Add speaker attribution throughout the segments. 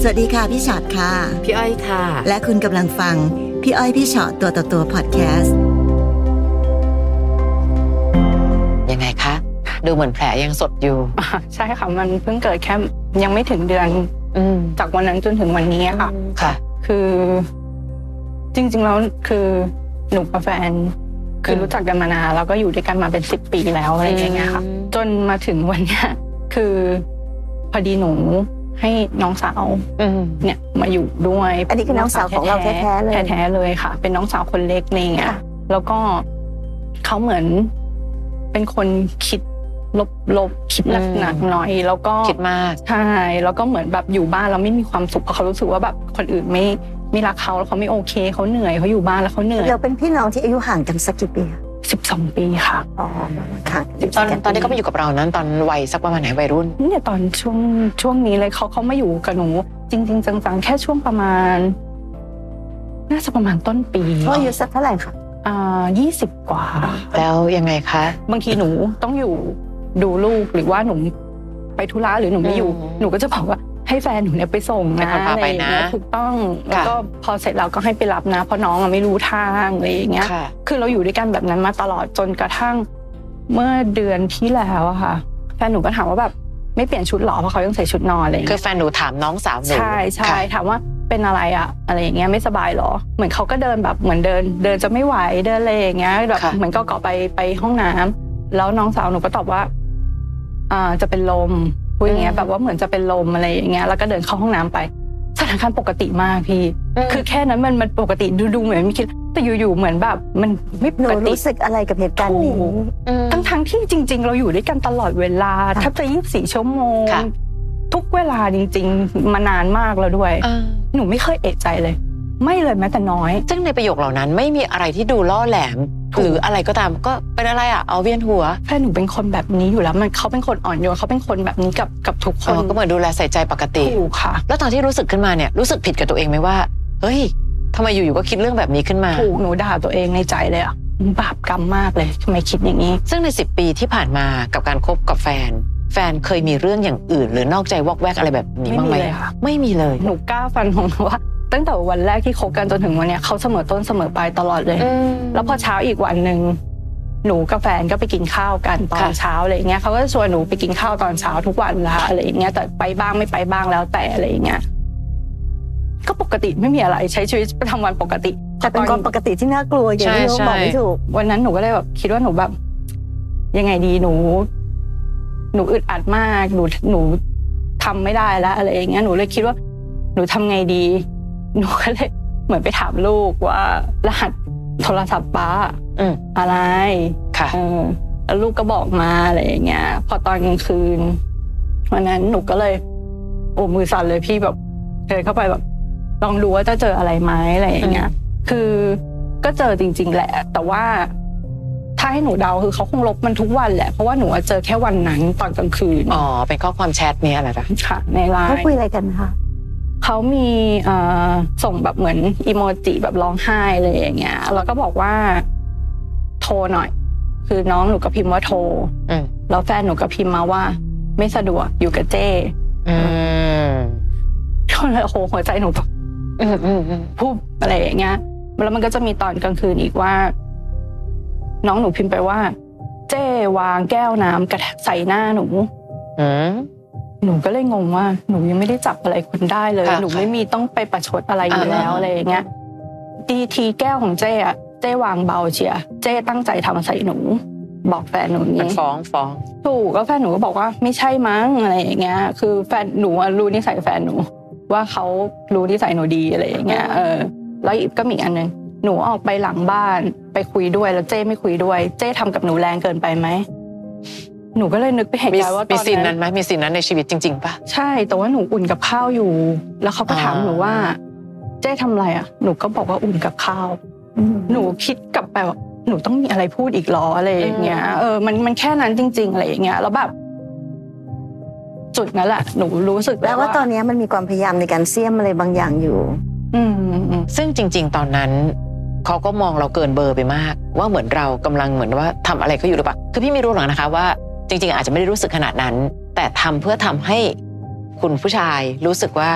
Speaker 1: สวัสดีค่ะพี่ชอตค่ะ
Speaker 2: พี่อ้อยค่ะ
Speaker 1: และคุณกำลังฟัง พี่อ้อยพี่ชอตตัวต่อตัวพอดแคสต์
Speaker 3: ยังไงคะ ดูเหมือนแผลยังสดอยู่
Speaker 4: อ่ะใช่ค่ะ มันเพิ่งเกิดแค่ยังไม่ถึงเดือน
Speaker 3: อืม
Speaker 4: จากวันนั้นจนถึงวันนี้ค่ะ
Speaker 3: ค่ะ
Speaker 4: คือจริง ๆ แล้วคือหนูกับแฟนคือ
Speaker 3: อืม
Speaker 4: รู้จักกันมานานแล้วก็อยู่ด้วยกันมาเป็นสิบปีแล้วอะไรอย่างเงี้ยค่ะ จนมาถึงวันเนี้ยคือพอดีหนูให้น้องสาว
Speaker 3: อืม
Speaker 4: เนี่ยมาอยู่ด้วย
Speaker 5: อันนี้คือน้องสาวของเราแท้ๆเลย
Speaker 4: แท้ๆเลยค่ะ เป็นน้องสาวคนเล็กอะไรเงี้ยแล้วก็เขาเหมือนเป็นคนคิดลบๆคิดหนักๆหน่อยแล้วก็
Speaker 3: คิดมาก
Speaker 4: ใช่แล้วก็เหมือนแบบอยู่บ้านแล้วไม่มีความสุขเพราะเขารู้สึกว่าแบบคนอื่นไม่ไม่รักเขาแล้วเขาไม่โอเคเขาเหนื่อยเขาอยู่บ้านแล้วเขาเหนื่อย
Speaker 5: เราเป็นพี่น้องที่อายุห่างกันสักกี่ปีคะ
Speaker 4: สิบสองปีค่ะ
Speaker 5: อ๋อค่ะ
Speaker 3: ตอนตอนที่เขามาอยู่กับเรานั้น ตอนวัยสักประมาณไหนวัยรุ่น
Speaker 4: เนี่ยตอนช่วงช่วงนี้เลยเขาเขามาอยู่กับหนู จริง ๆ จังๆแค่ช่วงประมาณ น่าจะประมาณต้นปี
Speaker 5: เขาอายุสักเท่าไหร่คะ
Speaker 4: อ่ายี่สิบกว่า
Speaker 3: แล้วยังไงคะ
Speaker 4: บางทีหนูต้องอยู่ดูลูกหรือว่าหนูไปธุระหรือหนูไม่อยู่
Speaker 3: อืม
Speaker 4: หนูก็จะบอกว่าให้แฟนหนูเนี่ยไปส่ง
Speaker 3: ให้
Speaker 4: นะ
Speaker 3: คนพา
Speaker 4: อะไร
Speaker 3: ไป
Speaker 4: อย่าง
Speaker 3: นะ
Speaker 4: เงี้ยถูกต้องแล้ว
Speaker 3: ค่ะ
Speaker 4: ก็พอเสร็จแล้วก็ให้ไปรับนะ เพราะน้องอะไม่รู้ทางอะไรอย่างเงี้ย
Speaker 3: ค่ะ
Speaker 4: คือเราอยู่ด้วยกันแบบนั้นมาตลอดจนกระทั่งเมื่อเดือนที่แล้วอะค่ะแฟนหนูก็ถามว่าแบบไม่เปลี่ยนชุดหรอเพราะเขายังใส่ชุดนอนอะไรอย่าง
Speaker 3: คื
Speaker 4: เงี้
Speaker 3: อยแฟนหนูถามน้องสาวหนู
Speaker 4: ใช่ใช่
Speaker 3: ค่ะ
Speaker 4: ถามว่าเป็นอะไรอะอะไรอย่างเงี้ยไม่สบายหรอ เหมือนเขาก็เดินแบบเหมือนเดิน เดินจะไม่ไหวเดินอะไรอย่างเงี้ยแบบเหมือนก็เกาะไปไปห้องน้ำแล้วน้องสาวหนูก็ตอบว่าอ่าจะเป็นลมพูดอย่างเงี้ยแบบว่าเหมือนจะเป็นลมอะไรอย่างเงี้ยแล้วก็เดินเข้าห้องน้ำไปสถานการณ์ปกติมากพี่
Speaker 3: อืม
Speaker 4: คือแค่นั้นมันมันปกติดูดูเหมือนไม่คิดแต่อยู่ๆเหมือนแบบ มันไม่ป
Speaker 5: หนู
Speaker 4: กติ
Speaker 5: รู้สึกอะไรกับเหตุการณ์นี้
Speaker 4: ถูก
Speaker 3: ม
Speaker 4: ทั้งทั้งๆที่จริง ๆ เราอยู่ด้วยกันตลอดเวลา
Speaker 5: ค่ะ
Speaker 4: แทบจะ24 ชั่วโมง
Speaker 3: ค่ะ
Speaker 4: ทุกเวลาจริง ๆ มานานมากแล้วด้วย
Speaker 3: อ่า
Speaker 4: หนูไม่เคยเอะใจเลย ไม่เลยแม้แต่น้อย
Speaker 3: ซึ่งในประโยคเหล่านั้นไม่มีอะไรที่ดูล่อแหลม
Speaker 4: ถูก
Speaker 3: หรืออะไรก็ตามก็เป็นอะไรอ่ะเอาเวียนหัว
Speaker 4: แฟนหนูเป็นคนแบบนี้อยู่แล้ว มันเขาเป็นคนอ่อนโยนเขาเป็นคนแบบนี้กับกับทุกค
Speaker 3: อ๋
Speaker 4: น
Speaker 3: อก็เหมือนดูแลใส่ใจปกติ
Speaker 4: ถูกค่ะ
Speaker 3: แล้วตอนที่รู้สึกขึ้นมาเนี่ยรู้สึกผิดกับตัวเองไหมว่า เฮ้ยทำไมอยู่ๆก็คิดเรื่องแบบนี้ขึ้นมา
Speaker 4: ถูกหนูด่าตัวเองในใจเลยอ่ะบาปกรรมมากเลยทำไมคิดอย่างนี้
Speaker 3: ซึ่งใน 10 ปีที่ผ่านมากับการคบกับแฟน แฟนเคยมีเรื่องอย่างอื่น หรือนอกใจวอกแวกอะไรแบบนี้บ้างไหม
Speaker 4: ไม่มีเลยค่ะ
Speaker 3: ไม่มีเลย
Speaker 4: หนูกล้าฟันของหนูว่า ตั้งแต่วันแรกที่คบกันจนถึงวันเนี้ยเขาเสมอต้นเสมอปลายตลอดเลย แล้วพอเช้าอีกวันหนึ่งหนูกับแฟนก็ไปกินข้าวกันตอนเช้าอะไรอย่างเงี้ยเขาก็ชวนหนูไปกินข้าวตอนเช้าทุกวันละอะไรอย่างเงี้ยแต่ไปบ้างไม่ไปบ้างแล้วแต่อะไรอย่างเงี้ยก็ปกติไม่มีอะไรใช้ชีวิตประจำวันปกติ
Speaker 5: แต่เป็นความปกติที่น่ากลัวอย่างที่เราบอกไม่ถูก
Speaker 4: วันนั้นหนูก็เลยแบบคิดว่าหนูแบบ ยังไงดีหนู หนูอึดอัดมากหนูหนูทำไม่ได้แล้วอะไรอย่างเงี้ยหนูเลยคิดว่า หนูทำไงดี หนูก็เลยเหมือนไปถามลูกว่ารหัสโทรศัพท์ป้า
Speaker 3: อืม
Speaker 4: อะไร
Speaker 3: ค่ะ
Speaker 4: เออแล้วลูกก็บอกมาอะไรอย่างเงี้ย พอตอนกลางคืนวันนั้นหนูก็เลยโอ้มือสั่นเลยพี่แบบเดินเข้าไปแบบ ลองดูว่าจะเจออะไรไหมอะไรอย่างเงี้ย คือก็เจอจริง ๆ แหละ แต่ว่าถ้าให้หนูเดาคือเขาคงลบมันทุกวันแหละ เพราะว่าหนูอะเจอแค่วันนั้นตอนกลางคืน
Speaker 3: อ๋อ เป็นข้อความแชทเนี่ยอะไรปะ
Speaker 4: ค่ะในไล
Speaker 5: เขา
Speaker 4: น์
Speaker 5: คุยอะไรกันคะ
Speaker 4: เขามีเอ่อส่งแบบเหมือนอีโมจิแบบร้องไห้เลยอย่างเงี้ย แล้วก็บอกว่าโทรหน่อย คือน้องหนูก็พิมพ์ว่าโทร
Speaker 3: อืม
Speaker 4: แล้วแฟนหนูก็พิมพ์มาว่า ไม่สะดวกอยู่กับเจ้
Speaker 3: อืม
Speaker 4: ก็เลยโอ้โหหัวใจหนูแบบ
Speaker 3: อืมอืมอืม
Speaker 4: พุ่บอะไรอย่างเงี้ยแล้วมันก็จะมีตอนกลางคืนอีกว่า น้องหนูพิมพ์ไปว่า เจ้วางแก้วน้ำกระแทกใส่หน้าหนู
Speaker 3: อืม
Speaker 4: หนูก็เลยงงว่า หนูยังไม่ได้จับอะไรคุณได้เลย
Speaker 3: ค่ะ
Speaker 4: หนูไม่มีต้องไปประชดอะไรอยู่แล้ว
Speaker 3: อ่า
Speaker 4: อะไรอย่างเงี้ยดีทีแก้วของเจ้อะเจ้วางเบาเชียร์เจ้ตั้งใจทำใส่หนู บอกแฟนหนูอย่าง
Speaker 3: มัน
Speaker 4: นี้
Speaker 3: ฟ้องฟ้อง
Speaker 4: ถูกก็แฟนหนูก็บอกว่าไม่ใช่มั้งอะไรอย่างเงี้ย คือแฟนหนูอะรู้นิสัยแฟนหนู ว่าเขารู้นิสัยหนูดีอะไรอย่างเงี้ยเออแล้วอีกก็มีอีกอันหนึงหนูออกไปหลังบ้านไปคุยด้วยแล้วเจ้ไม่คุยด้วย เจ้ทำกับหนูแรงเกินไปไหมหนูก็เลยนึกไปเห็น
Speaker 3: มี
Speaker 4: แล้วว่าต
Speaker 3: มี
Speaker 4: อน
Speaker 3: ซีนนั้
Speaker 4: นั้น น
Speaker 3: ไหมมีซีนนั้นในชีวิตจริง ๆปะ
Speaker 4: ใช่แต่ว่าหนูอุ่นกับข้าวอยู่ แล้วเขาก็ถาม
Speaker 3: อ่า
Speaker 4: หนูว่า เจ้ทำอะไรอ่ะ หนูก็บอกว่าอุ่นกับข้าว
Speaker 5: อืม
Speaker 4: หนูคิดกลับไปว่าหนูต้องมีอะไรพูดอีกเหรออะไรอย่างเงี้ยเออมันมันแค่นั้นจริง ๆ อะไรอย่างเงี้ยแล้วแบบจุดนั้นแหละหนูรู้สึก
Speaker 5: แปลว่าตอนนี้มันมีความพยายามในการเสี่ยมอะไรบางอย่างอยู่
Speaker 4: อืมอืม
Speaker 3: ซึ่งจริง ๆ ตอนนั้น เขาก็มองเราเกินเบอร์ไปมาก ว่าเหมือนเรากำลังเหมือนว่าทำอะไรเขาอยู่หรือเปล่าคือพี่ไม่รู้หรอกนะคะว่า จริง ๆ อาจจะไม่ได้รู้สึกขนาดนั้น แต่ทำเพื่อทำให้คุณผู้ชายรู้สึกว่า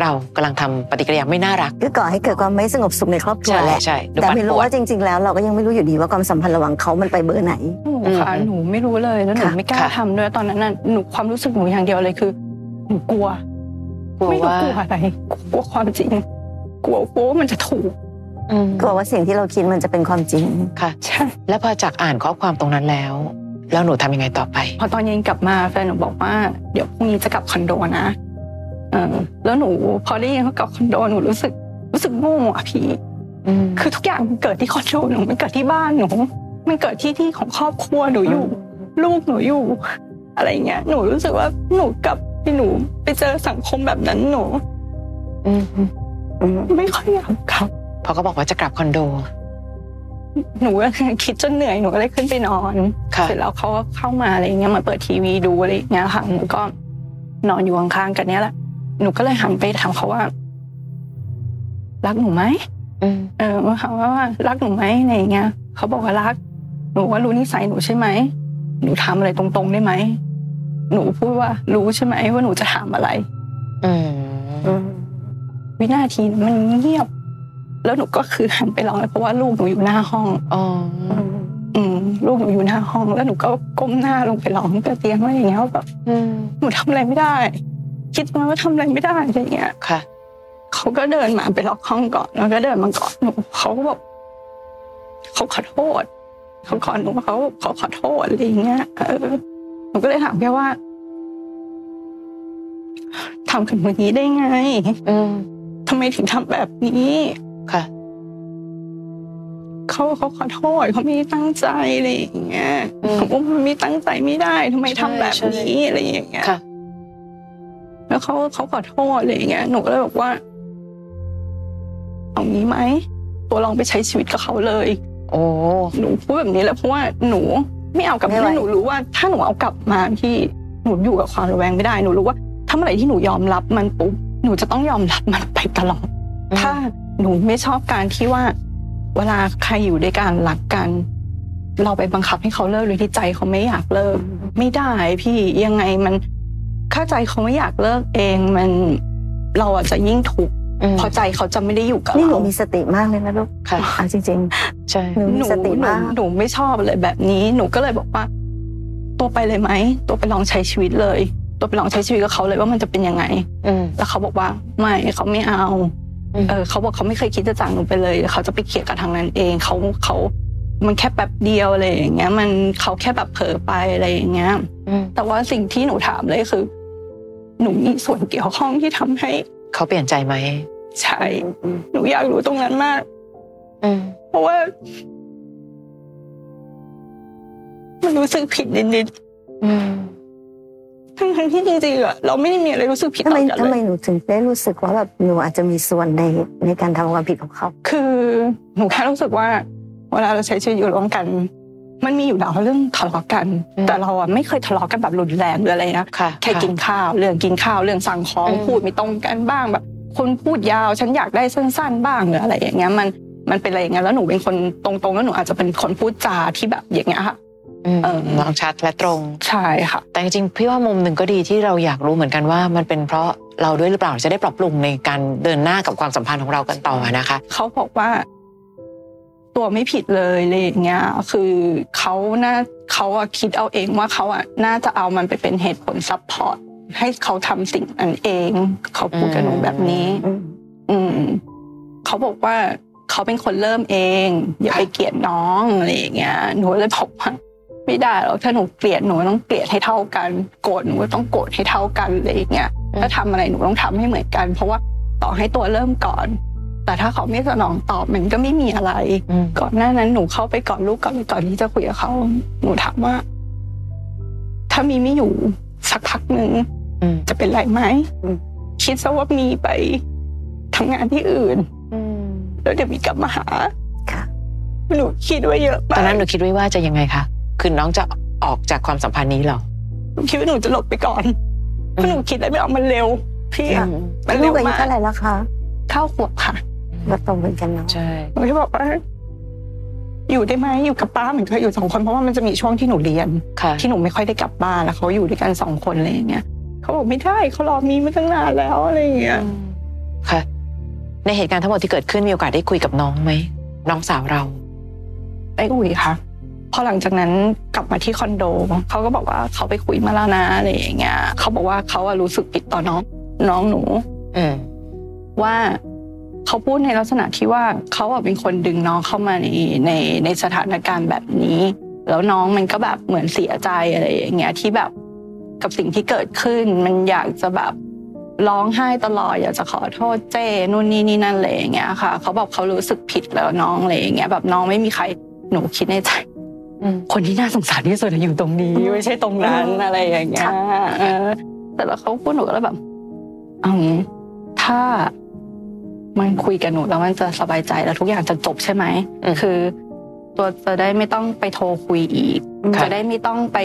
Speaker 3: เรากำลังทำปฏิกิริยาไม่น่ารัก
Speaker 5: ก็ก่อให้เกิดความไม่สงบสุขในครอบครัว
Speaker 3: ใช่
Speaker 5: แหละ
Speaker 3: ใช่หรือ
Speaker 5: แต่
Speaker 3: ปั่น
Speaker 5: ไม่
Speaker 3: ป
Speaker 5: รู้
Speaker 3: วด
Speaker 5: ว่าจริง ๆ แล้วเราก็ยังไม่รู้อยู่ดีว่าความสัมพันธ์ระหว่างเขามันไปเบอร์ไหน
Speaker 4: หนูค่ะ
Speaker 3: อืม
Speaker 4: หนูไม่รู้เลยแล้วหนู
Speaker 5: ค่ะ
Speaker 4: ไม่กล้า
Speaker 3: ค่ะ
Speaker 4: ทำด้วยตอนนั้นน่ะหนูความรู้สึกหนูอย่างเดียวเลยคือหนูกลัว
Speaker 3: กลัว
Speaker 4: ไม่รู้
Speaker 3: ว่าก
Speaker 4: ลัวอะไรกลัวความจริง กลัวกลัวว่ามันจะถูก
Speaker 3: อืม
Speaker 5: กลัวว่าสิ่งที่เราคิดมันจะเป็นความจริง
Speaker 3: ค่ะ
Speaker 4: ใช่
Speaker 3: แล้วพอจากอ่านข้อความตรงนั้นแล้ว แล้วหนูทำยังไงต่อไป
Speaker 4: พอตอนเย็นกลับมาแฟนหนูบอกว่า เดี๋ยวพรุ่งนี้จะกลับคอนโดนะเออแล้วหนู พอได้ยินว่ากลับคอนโดหนูรู้สึก รู้สึกโง่อะพี่
Speaker 3: อืม
Speaker 4: คือทุกอย่างมันเกิดที่คอนโดหนูมันเกิดที่บ้านหนู มันเกิดที่ที่ของครอบครัวหนูอยู่ ลูกหนูอยู่ อะไรเงี้ยหนูรู้สึกว่าหนูกลับที่หนูไปเจอสังคมแบบนั้นหนู
Speaker 3: อืม
Speaker 5: อืม
Speaker 4: ไม่ค่อยอยากกลับ
Speaker 3: พอเขาบอกว่าจะกลับคอนโด
Speaker 4: หนูก็คิดจนเหนื่อยหนูก็เลยขึ้นไปนอน
Speaker 3: ค่ะ
Speaker 4: เสร็จแล้วเขาก็เข้ามาอะไรเงี้ยมาเปิดทีวีดูอะไรเงี้ยค่ะหนูก็นอนอยู่ข้างๆกันเนี้ยแหละหนูก็เลยหันไปถามเขาว่า รักหนูไหม
Speaker 3: อืม
Speaker 4: เออถามว่าว่ารักหนูไหมอะไรเงี้ยเขาบอกว่ารัก หนูว่ารู้นิสัยหนูใช่ไหมหนูถามอะไรตรงๆได้ไหมหนูพูดว่ารู้ใช่ไหมว่าหนูจะถามอะไร
Speaker 3: อืม
Speaker 5: อืม
Speaker 4: วินาทีนั้นมันเงียบ แล้วหนูก็คือหันไปร้องเลยเพราะว่าลูกหนูอยู่หน้าห้อง
Speaker 3: อ๋อ
Speaker 5: อืม
Speaker 4: อืมลูกหนูอยู่หน้าห้อง แล้วหนูก็ก้มหน้าลงไปร้องกระเตียงอะไรอย่างเงี้ยว่าแบบ
Speaker 3: อืม
Speaker 4: หนูทำอะไรไม่ได้ คิดมาว่าทำอะไรไม่ได้อะไรเงี้ย
Speaker 3: ค่ะ
Speaker 4: เขาก็เดินมาไปล็อกห้องก่อนแล้วก็เดินมากอดหนูเขาก็บอกเขาขอโทษเขาขอหนูเขาเขาขอโทษอะไรเงี้ยเออหนูก็เลยถามแค่ว่าทำกับหนแบบนี้ได้ไง
Speaker 3: อืม
Speaker 4: ทำไมถึงทำแบบนี้
Speaker 3: ค่ะ
Speaker 4: เขาเขาขอโทษเขาไม่ได้ตั้งใจอะไรอย่างเงี้ย
Speaker 3: อืม
Speaker 4: เขาบอกมันไม่ตั้งใจไม่ได้ทำไมทำแบบ
Speaker 3: ใช่ใช่
Speaker 4: นี้อะไรอย่างเงี้ย
Speaker 3: ค่ะ
Speaker 4: แล้วเขาเขาขอโทษอะไรอย่างเงี้ย หนูก็เลยบอกว่า เอางี้ไหม ตัวลองไปใช้ชีวิตกับเขาเลย
Speaker 3: โอ้
Speaker 4: หนูพูดแบบนี้แหล้วเพราะว่าหนูไม่เอากลับมาหนูรู้ว่า ถ้าหนูเอากลับมาพี่หนูอยู่กับความระแวงไม่ได้ หนูรู้ว่าถ้าเมื่อไหร่ที่หนูยอมรับมันปุ๊บ หนูจะต้องยอมรับมันไปตลอด ถ้าหนูไม่ชอบการที่ว่า เวลาใครอยู่ด้วยกันรักกัน เราไปบังคับให้เขาเลิกโดยที่ใจเขาไม่อยากเลิก ไม่ได้พี่ยังไงมันถ้าใจเขาไม่อยากเลิกเองมันเราอาจจะยิ่งถูกข์
Speaker 3: อืม
Speaker 4: เพราะใจเขาจะไม่ได้อยู่กับ
Speaker 5: นี่หนู
Speaker 4: เราน
Speaker 5: มีสติมากเลยนะลูก
Speaker 3: ค่ะ
Speaker 5: เอาจริง
Speaker 3: ใช่
Speaker 5: ๆ หนูมี
Speaker 4: หนู
Speaker 5: สติ
Speaker 4: หนู
Speaker 5: มาก
Speaker 4: หนูไม่ชอบเลยแบบนี้ หนูก็เลยบอกว่า ตัวไปเลยไหมตัวไปลองใช้ชีวิตเลย ตัวไปลองใช้ชีวิตกับเขาเลยว่ามันจะเป็นยังไง
Speaker 3: อืม
Speaker 4: แล้วเขาบอกว่าไม่เขาไม่เอา
Speaker 3: อืม
Speaker 4: เออเขาบอกเขาไม่เคยคิดจะจากหนูไปเลยเดี๋ยวเขาจะไปเคลียร์กับทางนั้นเองเขาเขา มันแค่แป๊บเดียวอะไรอย่างเงี้ย มันเขาแค่แบบเผลอไปอะไรอย่างเงี้ย
Speaker 3: อืม
Speaker 4: แต่ว่าสิ่งที่หนูถามเลยคือ หนูมีส่วนเกี่ยวข้องที่ทำให้
Speaker 3: เขาเปลี่ยนใจไหม
Speaker 4: ใช่หนูอยากรู้ตรงนั้นมาก
Speaker 3: อืม
Speaker 4: เพราะว่า มันรู้สึกผิดนิด
Speaker 3: อืม
Speaker 4: ๆทั้งๆที่จริงๆอะเราไม่ได้มีอะไรรู้สึกผิด
Speaker 5: ทำ
Speaker 4: ต่
Speaker 5: ไม
Speaker 4: อกัน
Speaker 5: ทำ
Speaker 4: เล
Speaker 5: ไม
Speaker 4: ย
Speaker 5: หนูถึงได้รู้สึกว่าแบบหนูอาจจะมีส่วนในในการทำความผิดของเขา
Speaker 4: คือหนูแค่รู้สึกว่าเวลาเราใช้ชีวิตอยู่ร่วมกัน มันมีอยู่แล้วเรื่องทะเลาะกัน แต่เราอะไม่เคยทะเลาะกันแบบรุนแรงหรืออะไรนะ
Speaker 3: ค่ะ
Speaker 4: แค่
Speaker 3: ะ
Speaker 4: กินข้าวเรื่องกินข้าวเรื่องสั่งของ
Speaker 3: อืม
Speaker 4: พูดไม่ตรงกันบ้างแบบคนพูดยาวฉันอยากได้สั้น ๆ บ้างหรืออะไรอย่างเงี้ยมันมันเป็นอะไรอย่างเงี้ยแล้วหนูเป็นคนตรงๆแล้วหนูอาจจะเป็นคนพูดจาที่แบบอย่างเงี้ยค่ะ
Speaker 3: อืม
Speaker 4: เออ
Speaker 3: น้องชัดและตรง
Speaker 4: ใช่ค่ะ
Speaker 3: แต่จริงๆพี่ว่ามุมหนึ่งก็ดีที่เราอยากรู้เหมือนกันว่า มันเป็นเพราะเราด้วยหรือเปล่าจะได้ปรับปรุงในการเดินหน้ากับความสัมพันธ์ของเรากันต่อนะคะ
Speaker 4: เขาบอกว่า ตัวไม่ผิดเลยอะไรอย่างเงี้ย คือเขาน่าเขาอะคิดเอาเองว่าเขาอะน่าจะเอามันไปเป็นเหตุผลซัพพอร์ตให้เขาทำสิ่งนั้นเอง เขาพูดกับหนูแบบนี้
Speaker 5: อืม
Speaker 4: อืมเขาบอกว่าเขาเป็นคนเริ่มเอง อย่าไปเกลียดน้องอะไรอย่างเงี้ยหนูเลยบอกว่าไม่ได้หรอกถ้าหนูเกลียดหนูต้องเกลียดให้เท่ากัน โกรธหนูก็ต้องโกรธให้เท่ากันอะไรอย่างเงี้ย
Speaker 3: อืม
Speaker 4: ถ้าทำอะไรหนูต้องทำให้เหมือนกัน เพราะว่าต่อให้ตัวเริ่มก่อน แต่ถ้าเขาไม่สนองตอบมันก็ไม่มีอะไร
Speaker 3: อืม
Speaker 4: ก่อนหน้านั้นหนูเข้าไปกอดลูกก่อนก่อนที่จะคุยกับเขาหนูถามว่า ถ้ามีไม่อยู่สักพักหนึ่ง
Speaker 3: อืม
Speaker 4: จะเป็นไรไหมคิดซะว่ามีไปทำงานที่อื่น แล้วเดี๋ยวมีกลับมาหา
Speaker 5: ค่ะ
Speaker 4: หนูคิดไว้เยอะไป
Speaker 3: ตอนนั้นหนูคิดไว้ว่าจะยังไงคะคือน้องจะออกจากความสัมพันธ์นี้เหรอ
Speaker 4: หนูคิดว่าหนูจะหลบไปก่อนเพราะหนูคิดอะไรไม่ออกมันเร็วพี่
Speaker 5: ค่ะ
Speaker 4: มัน
Speaker 5: ลู
Speaker 4: เร็
Speaker 5: กอา
Speaker 4: ว
Speaker 5: ยุ
Speaker 4: มาก
Speaker 5: เท่าไหร่แล้วคะ
Speaker 4: เท่าขวบค่ะ
Speaker 5: ก็โตเหมือนกันเนาะ
Speaker 3: ใช่
Speaker 4: หนูที่บอกว่าอยู่ได้ไหมอยู่กับป้าเหมือนเคยอยู่สองคนเพราะว่ามันจะมีช่วงที่หนูเรียน
Speaker 3: ค่ะ
Speaker 4: ที่หนูไม่ค่อยได้กลับบ้านแล้วเขาอยู่ด้วยกันสองคนอะไรอย่างเงี้ยเขาบอกไม่ได้เขารอมีมาตั้งนานแล้วอะไรอย่างเงี้ย
Speaker 3: ค่ะ ในเหตุการณ์ทั้งหมดที่เกิดขึ้นมีโอกาสได้คุยกับน้องไหมน้องสาวเรา
Speaker 4: ไปคุยค่ะ พอหลังจากนั้นกลับมาที่คอนโดเขาก็บอกว่าเขาไปคุยมาแล้วนะอะไรอย่างเงี้ยเขาบอกว่าเขาอะรู้สึกผิดต่อน้องน้องหนู
Speaker 3: อืม
Speaker 4: ว่าเขาพูดในลักษณะที่ว่าเขาอะเป็นคนดึงน้องเข้ามาในในในสถานการณ์แบบนี้ แล้วน้องมันก็แบบเหมือนเสียใจอะไรอย่างเงี้ยที่แบบกับสิ่งที่เกิดขึ้น มันอยากจะแบบร้องไห้ตลอดอยากจะขอโทษเจ้นู่นนี่นี่นั่นอะไรอย่างเงี้ยค่ะเขาบอกเขารู้สึกผิดแล้วน้องอะไรอย่างเงี้ยแบบน้องไม่มีใครหนูคิดในใจ
Speaker 3: อืม
Speaker 4: คนที่น่าสงสารที่สุดอะอยู่ตรงนี้
Speaker 3: อืม
Speaker 4: ไม่ใช่ตรงนั้น
Speaker 3: อืม
Speaker 4: อะไรอย่างเงี้ยเออแต่แล้วเขาพูดหนูก็เลยแบบเอางี้ถ้ามันคุยกับหนูแล้วมันจะสบายใจแล้วทุกอย่างจะจบใช่ไหม
Speaker 3: อืม
Speaker 4: คือ ตัวจะได้ไม่ต้องไปโทรคุยอีก
Speaker 3: ค่ะ
Speaker 4: จะได้ไม่ต้องไป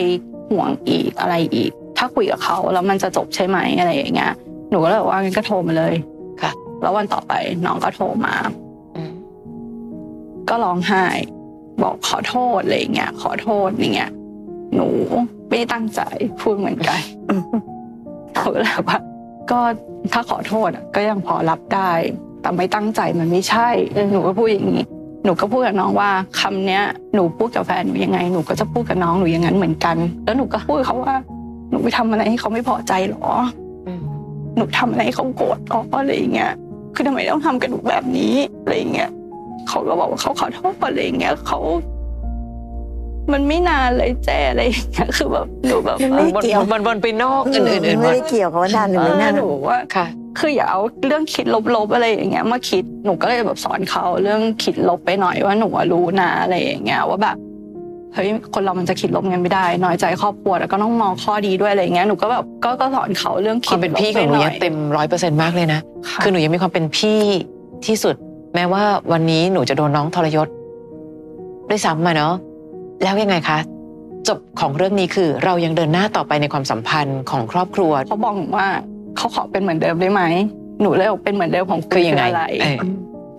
Speaker 4: ห่วงอีกอะไรอีก ถ้าคุยกับเขาแล้วมันจะจบใช่ไหมอะไรอย่างเงี้ยหนูก็เลยบอกว่างั้นก็โทรมาเลยแล้ววันต่อไปน้องก็โทรมา
Speaker 3: อืม
Speaker 4: ก็ร้องไห้ บอกขอโทษอะไรอย่างเงี้ยขอโทษอย่างเงี้ยหนูไม่ได้ตั้งใจพูดเหมือนกัน
Speaker 5: อืม
Speaker 4: เขาก็เลยบอกว่า ก็ถ้าขอโทษอะก็ยังพอรับได้ แต่ไม่ตั้งใจมันไม่ใช่
Speaker 3: อืม
Speaker 4: หนูก็พูดอย่างนี้ หนูก็พูดกับน้องว่าคำเนี้ยหนูพูดกับแฟนหนูยังไงหนูก็จะพูดกับน้องหนูอย่างนั้นเหมือนกัน แล้วหนูก็พูดกับเขาว่า หนูไปทำอะไรให้เขาไม่พอใจหรอ
Speaker 3: อืม
Speaker 4: หนูทำอะไรให้เขาโกรธอ๋ออะไรอย่างเงี้ย คือทำไมต้องทำกับหนูแบบนี้อะไรอย่างเงี้ย เขาก็บอกว่าเขาขอโทษอะไรอย่างเงี้ยเขา มันไม่นานเลยเจ้อะไรอย่างเงี้ย คือแบบหนูแบบ
Speaker 5: มันไม่
Speaker 3: บน
Speaker 5: เกี่ยว
Speaker 3: บนบนไปนอกอื่นๆอื่นๆหม
Speaker 5: ไม่
Speaker 3: ด
Speaker 5: ได้เกี่ยวกับว่านานหรือไม่นาน
Speaker 4: หนูว่า
Speaker 3: ค่ะ
Speaker 4: คืออย่าเอาเรื่องคิดลบๆอะไรอย่างเงี้ยมาคิดหนูก็เลยแบบสอนเขาเรื่องคิดลบไปหน่อยว่าหนูอะรู้นะอะไรอย่างเงี้ยว่าแบบเฮ้ยคนเรามันจะคิดลบกันไม่ได้ น้อยใจครอบครัวแล้วก็ต้องมองข้อดีด้วยอะไรอย่างเงี้ยหนูก็แบบก็ก็สอนเขาเรื่อง
Speaker 3: ค
Speaker 4: คิ
Speaker 3: วา
Speaker 4: ด
Speaker 3: มเป็น
Speaker 4: ลบ
Speaker 3: พี่ข
Speaker 4: ไป
Speaker 3: องห
Speaker 4: ห
Speaker 3: นู
Speaker 4: น่
Speaker 3: ยั
Speaker 4: อง ย
Speaker 3: เต็มร้อยเปอร์เซ็นต์มากเลยนะ
Speaker 4: ค่ะ
Speaker 3: คือหนูยังมีความเป็นพี่ที่สุด แม้ว่าวันนี้หนูจะโดนน้องทรยศด้วยซ้ำมาเนาะแล้วยังไงคะ จบของเรื่องนี้คือเรายังเดินหน้าต่อไปในความสัมพันธ์ของครอบครัว
Speaker 4: เขาบอกหนูว่าเขาขอเป็นเหมือนเดิมได้ไหม หนูเลยบอกเป็นเหมือนเดิมของ
Speaker 3: คือยังไง
Speaker 4: ะร
Speaker 3: เออ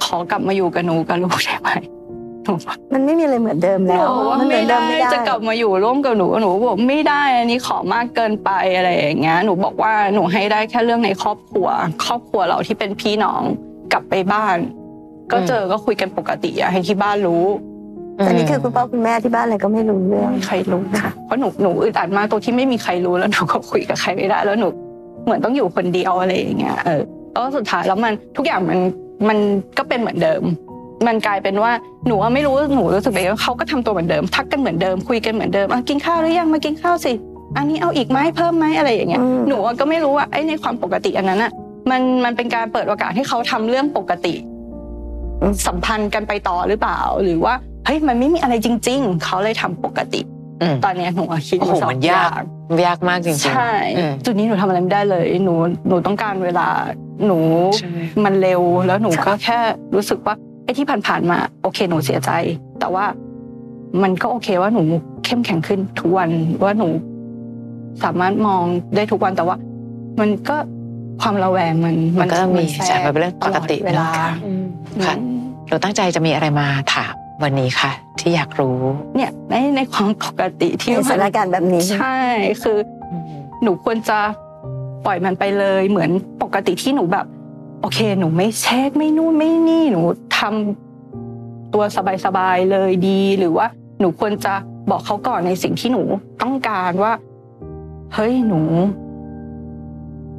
Speaker 4: ขอกลับมาอยู่กับหนูกับลูกได้ไหมหนูบอก
Speaker 5: มันไม่มีอะไรเหมือนเดิม
Speaker 4: ห
Speaker 5: แล้ว
Speaker 4: นูบอกว่า
Speaker 5: มันเหมื
Speaker 4: ไม่
Speaker 5: อนเดิ
Speaker 4: ได้
Speaker 5: มไม่ได้
Speaker 4: จะกลับมาอยู่ร่วมกับหนูหนูบอกไม่ได้อันนี้ขอมากเกินไปอะไรอย่างเงี้ย หนูบอกว่าหนูให้ได้แค่เรื่องในครอบครัว ครอบครัวเราที่เป็นพี่น้องกลับไปบ้าน ก็
Speaker 3: อืม
Speaker 4: เจอก็คุยกันปกติอะให้ที่บ้านรู้
Speaker 5: แต่นี่คือคุณพ่อคุณแม่ที่บ้านอะไรก็ไม่รู้เรื่อง
Speaker 4: ไม่มีใครรู้ค่ะ เพราะหนูหนูอึดอัดมากตรงที่ไม่มีใครรู้แล้วหนู ก็คุยกับใครไม่ได้ แล้วหนูเหมือนต้องอยู่คนเดียวอะไรอย่างเงี้ย เออแล้วสุดท้ายแล้วมันทุกอย่างมันมันก็เป็นเหมือนเดิม มันกลายเป็นว่าหนูว่าไม่รู้หนูรู้สึกไปว่าเขาก็ทำตัวเหมือนเดิม ทักกันเหมือนเดิมคุยกันเหมือนเดิมอ่ะกินข้าวหรือยังมากินข้าวสิ อันนี้เอาอีกไหมเพิ่มไหมอะไรอย่างเงี้ย
Speaker 5: อืม
Speaker 4: หนูว่าก็ไม่รู้ว่าไอ้ในความปกติอันนั้นอ่ะ มันมันเป็นการเปิดโอกาสให้เขาทำเรื่องปกติ
Speaker 5: อืม
Speaker 4: สัมพันธ์กันไปต่อหรือเปล่า หรือว่าเฮ้ยมันไม่มีอะไรจริง ๆ เขาเลยทำปกติ
Speaker 3: อืม
Speaker 4: ตอนเนี้ยหนูอะคิดอ
Speaker 3: โอ้
Speaker 4: ยู่
Speaker 3: โห
Speaker 4: สอ
Speaker 3: มั
Speaker 4: งอย
Speaker 3: นา
Speaker 4: ย่าก ง
Speaker 3: ยากมากจริงๆ
Speaker 4: ใช่
Speaker 3: อืม
Speaker 4: จุดนี้หนูทำอะไรไม่ได้เลย หนูหนูต้องการเวลาหนู
Speaker 3: ใช่
Speaker 4: มันเร็วแล้วหนูก็แค่รู้สึกว่าไอ้ที่ผ่านๆมา โอเคหนูเสียใจ แต่ว่ามันก็โอเคว่าหนูเข้มแข็งขึ้นทุกวันว่าหนู สามารถมองได้ทุกวันแต่ว่า มันก็ความระแวงมัน
Speaker 3: มันก็ต้องมี
Speaker 4: แทร
Speaker 3: ใช่มันเป็นเรื่องปกติ
Speaker 4: ลอดเวลา
Speaker 3: เนอะ ค่ะ
Speaker 4: อืม
Speaker 3: หนูตั้งใจจะมีอะไรมาถามวันนี้ค่ะ ที่อยากรู้
Speaker 4: เนี่ยในในความปกติที่
Speaker 5: ในสถานการณ์แบบนี้
Speaker 4: ใช่คือ
Speaker 3: อืม
Speaker 4: หนูควรจะปล่อยมันไปเลยเหมือนปกติที่หนูแบบ โอเค หนูไม่เช็คไม่นู่นไม่นี่หนูทำตัวสบายๆเลยดี หรือว่าหนูควรจะบอกเขาก่อนในสิ่งที่หนูต้องการว่า เฮ้ยหนู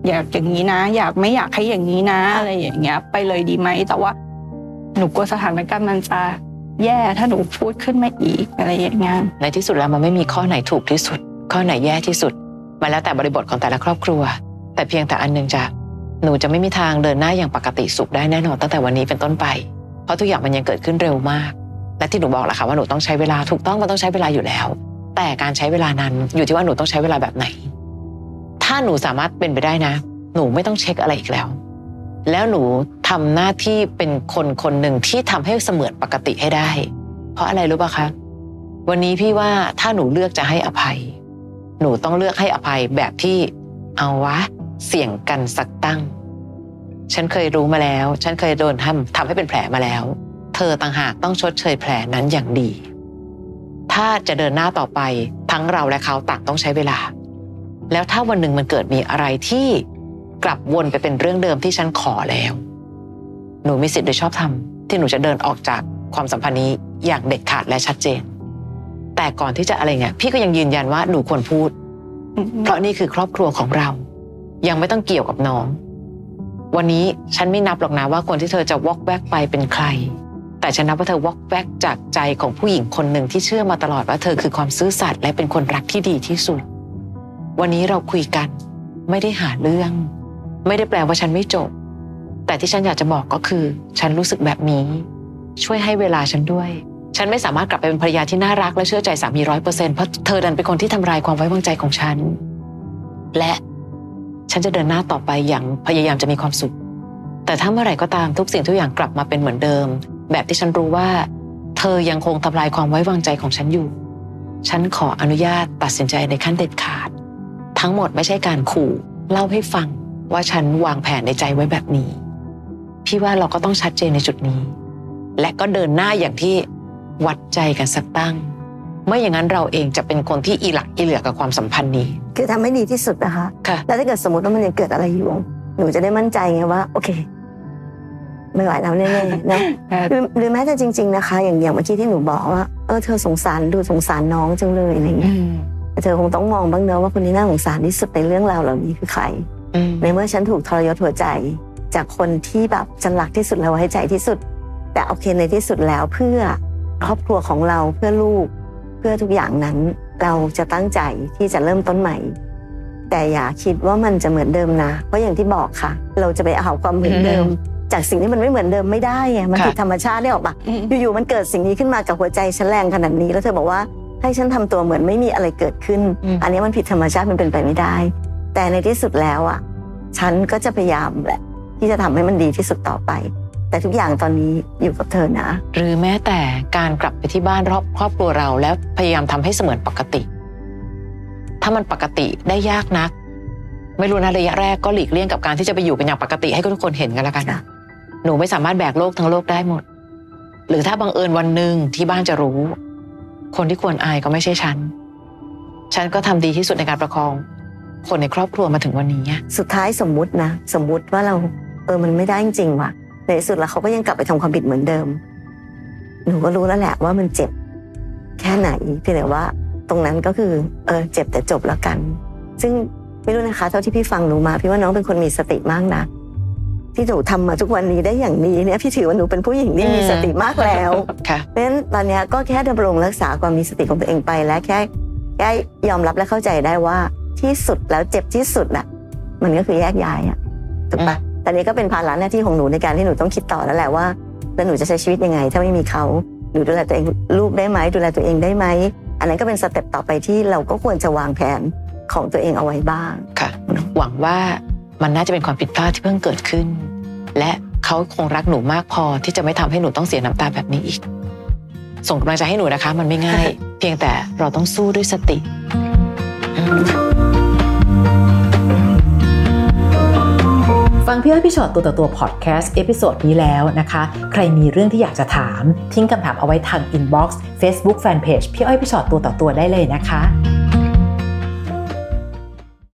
Speaker 4: อยากอย่างนี้นะ อยากไม่อยากให้อย่างนี้นะ อะไรอย่างเงี้ย ไปเลยดีไหมแต่ว่า หนูกลัวสถานการณ์มันจะแย่ถ้าหนูพูดขึ้นมาอีกอะไรอย่างเงี้ย
Speaker 3: ในที่สุดแล้วมันไม่มีข้อไหนถูกที่สุด ข้อไหนแย่ที่สุด มันแล้วแต่บริบทของแต่ละครอบครัว แต่เพียงแต่อันหนึงจะหนูจะไม่มีทางเดินหน้าอย่างปกติสุขได้แน่นอนตั้งแต่วันนี้เป็นต้นไป เพราะทุกอย่างมันยังเกิดขึ้นเร็วมาก และที่หนูบอกแหละค่ะว่าหนูต้องใช้เวลาถูกต้องมันต้องใช้เวลาอยู่แล้ว แต่การใช้เวลานั้นอยู่ที่ว่าหนูต้องใช้เวลาแบบไหน ถ้าหนูสามารถเป็นไปได้นะ หนูไม่ต้องเช็คอะไรอีกแล้ว แล้วหนูทำหน้าที่เป็นคนคนหนึ่งที่ทำให้เสมือนปกติให้ได้ เพราะอะไรรู้ป่ะคะ วันนี้พี่ว่าถ้าหนูเลือกจะให้อภัย หนูต้องเลือกให้อภัยแบบที่เอาวะ เสี่ยงกันสักตั้ง ฉันเคยรู้มาแล้ว ฉันเคยโดนทำทำให้เป็นแผลมาแล้ว เธอต่างหากต้องชดเชยแผลนั้นอย่างดี ถ้าจะเดินหน้าต่อไป ทั้งเราและเขาต่างต้องใช้เวลา แล้วถ้าวันหนึ่งมันเกิดมีอะไรที่กลับวนไปเป็นเรื่องเดิมที่ฉันขอแล้ว หนูมีสิทธิ์โดยชอบธรรมที่หนูจะเดินออกจากความสัมพันธ์นี้อย่างเด็ดขาดและชัดเจน แต่ก่อนที่จะอะไรเงี้ยพี่ก็ยังยืนยันว่าหนูควรพูด เพราะนี่คือครอบครัวของเรา ยังไม่ต้องเกี่ยวกับน้อง วันนี้ฉันไม่นับหรอกนะว่าคนที่เธอจะวอกแวกไปเป็นใคร แต่ฉันนับว่าเธอวอกแวกจากใจของผู้หญิงคนหนึ่งที่เชื่อมาตลอดว่าเธอคือความซื่อสัตย์และเป็นคนรักที่ดีที่สุด วันนี้เราคุยกัน ไม่ได้หาเรื่อง ไม่ได้แปลว่าฉันไม่จบ แต่ที่ฉันอยากจะบอกก็คือ ฉันรู้สึกแบบนี้ ช่วยให้เวลาฉันด้วย ฉันไม่สามารถกลับไปเป็นภรรยาที่น่ารักและเชื่อใจสามีร้อยเปอร์เซ็นต์เพราะเธอดันเป็นคนที่ทำลายความไว้วางใจของฉัน และฉันจะเดินหน้าต่อไปอย่างพยายามจะมีความสุข แต่ถ้าเมื่อไหร่ก็ตามทุกสิ่งทุกอย่างกลับมาเป็นเหมือนเดิม แบบที่ฉันรู้ว่า เธอยังคงทำลายความไว้วางใจของฉันอยู่ ฉันขออนุญาตตัดสินใจในขั้นเด็ดขาด ทั้งหมดไม่ใช่การขู่เล่าให้ฟังว่าฉันวางแผนในใจไว้แบบนี้ พี่ว่าเราก็ต้องชัดเจนในจุดนี้ และก็เดินหน้าอย่างที่วัดใจกันสักตั้ง ไม่อย่างนั้นเราเองจะเป็นคนที่อีหลักอีเหลือกับความสัมพันธ์นี้
Speaker 5: คือทำให้ดีที่สุดนะคะ
Speaker 3: ค่ะ
Speaker 5: แล้วถ้าเกิดสมมติว่ามันยังเกิดอะไรอยู่ หนูจะได้มั่นใจไงว่า โอเค ไม่ไหวแล้วแน่ๆนะ หรือหรือแม้แต่จริง ๆนะคะ อย่างอย่างเมื่อกี้ที่หนูบอกว่าเออเธอสงสารดูสงสารน้องจังเลยอะไรอย่างเงี้ยแต่เธอคงต้องมองบ้างเนอะว่าคนที่น่าสงสารที่สุดในเรื่องราวเหล่านี้คือใคร ในเมื่อฉันถูกทรยศหัวใจ จากคนที่แบบฉันรักที่สุดแล้วไว้ใจที่สุด แต่โอเคในที่สุดแล้วเพื่อครอบครัวของเราเพื่อลูก เพื่อทุกอย่างนั้น เราจะตั้งใจที่จะเริ่มต้นใหม่ แต่อย่าคิดว่ามันจะเหมือนเดิมนะ เพราะอย่างที่บอกค่ะ เราจะไปเอาความเหมือนเดิม จากสิ่งที่มันไม่เหมือนเดิมไม่ได้ไงมัน
Speaker 3: ค่ะ
Speaker 5: ผิดธรรมชาติได้ออกปะ
Speaker 4: อืม
Speaker 5: อยู่ๆมันเกิดสิ่งนี้ขึ้นมากับหัวใจฉันแรงขนาดนี้แล้วเธอบอกว่าให้ฉันทำตัวเหมือนไม่มีอะไรเกิดขึ้น
Speaker 3: อืม
Speaker 5: อันนี้มันผิดธรรมชาติมันเป็นไปไม่ได้ แต่ในที่สุดแล้วอ่ะ ฉันก็จะพยายามแหละ ที่จะทำให้มันดีที่สุดต่อไป แต่ทุกอย่างตอนนี้อยู่กับเธอนะ
Speaker 3: หรือแม้แต่การกลับไปที่บ้านรอบครอบครัวเราแล้วพยายามทำให้เสมือนปกติ ถ้ามันปกติได้ยากนัก ไม่รู้นะระยะแรกก็หลีกเลี่ยงกับการที่จะไปอยู่กันอย่างปกติให้ทุกคนเห็นกันแล้วกัน
Speaker 5: ค่ะ
Speaker 3: หนูไม่สามารถแบกโลกทั้งโลกได้หมด หรือถ้าบังเอิญวันหนึ่งที่บ้านจะรู้ คนที่ควรอายก็ไม่ใช่ฉัน ฉันก็ทำดีที่สุดในการประคอง คนในครอบครัวมาถึงวันนี้อะ
Speaker 5: สุดท้ายสมมุตินะ สมมุติว่าเราเออมันไม่ได้จริงๆว่ะ ในที่สุดแล้วเขาก็ยังกลับไปทำความผิดเหมือนเดิม หนูก็รู้แล้วแหละว่ามันเจ็บ แค่ไหนเพียงแต่ว่า ตรงนั้นก็คือ เออเจ็บแต่จบแล้วกัน ซึ่งไม่รู้นะคะ เท่าที่พี่ฟังหนูมา พี่ว่าน้องเป็นคนมีสติมากนะที่หนูทำมาทุกวันนี้ได้อย่างนี้เนี่ยพี่ถือว่าหนูเป็นผู้หญิงที่มีสติมากแล้ว
Speaker 3: ค่ะ
Speaker 5: เพราะฉะนั้นตอนเนี้ยก็แค่ดำรงรักษาความมีสติของตัวเองไปและแค่แค่ยอมรับและเข้าใจได้ว่าที่สุดแล้วเจ็บที่สุดน่ะ มันก็คือแยกย้ายอะถูกปะตอนนี้ก็เป็นภาระหน้าที่ของหนูในการที่หนูต้องคิดต่อแล้วแหละว่าแล้วหนูจะใช้ชีวิตยังไง ถ้าไม่มีเขาหนูดูแลตัวเองลูกได้ไหมดูแลตัวเองได้ไหมอันนั้นก็เป็นสเต็ปต่อไปที่เราก็ควรจะวางแผนของตัวเองเอาไว้บ้าง
Speaker 3: ค่ะ หวังว่ามันน่าจะเป็นความผิดพลาดที่เพิ่งเกิดขึ้น และเขาคงรักหนูมากพอที่จะไม่ทำให้หนูต้องเสียน้ำตาแบบนี้อีก ส่งกำลังใจให้หนูนะคะ มันไม่ง่าย เพียงแต่เราต้องสู้ด้วยสติอืม
Speaker 2: ฟังพี่อ้อยพี่ชอตตัวต่อตัวพอดแคสต์เอพิโซดนี้แล้วนะคะ ใครมีเรื่องที่อยากจะถาม ทิ้งคำถามเอาไว้ทางอินบ็อกซ์เฟซบุ๊กแฟนเพจพี่อ้อยพี่ชอตตัวต่อตัวได้เลยนะคะ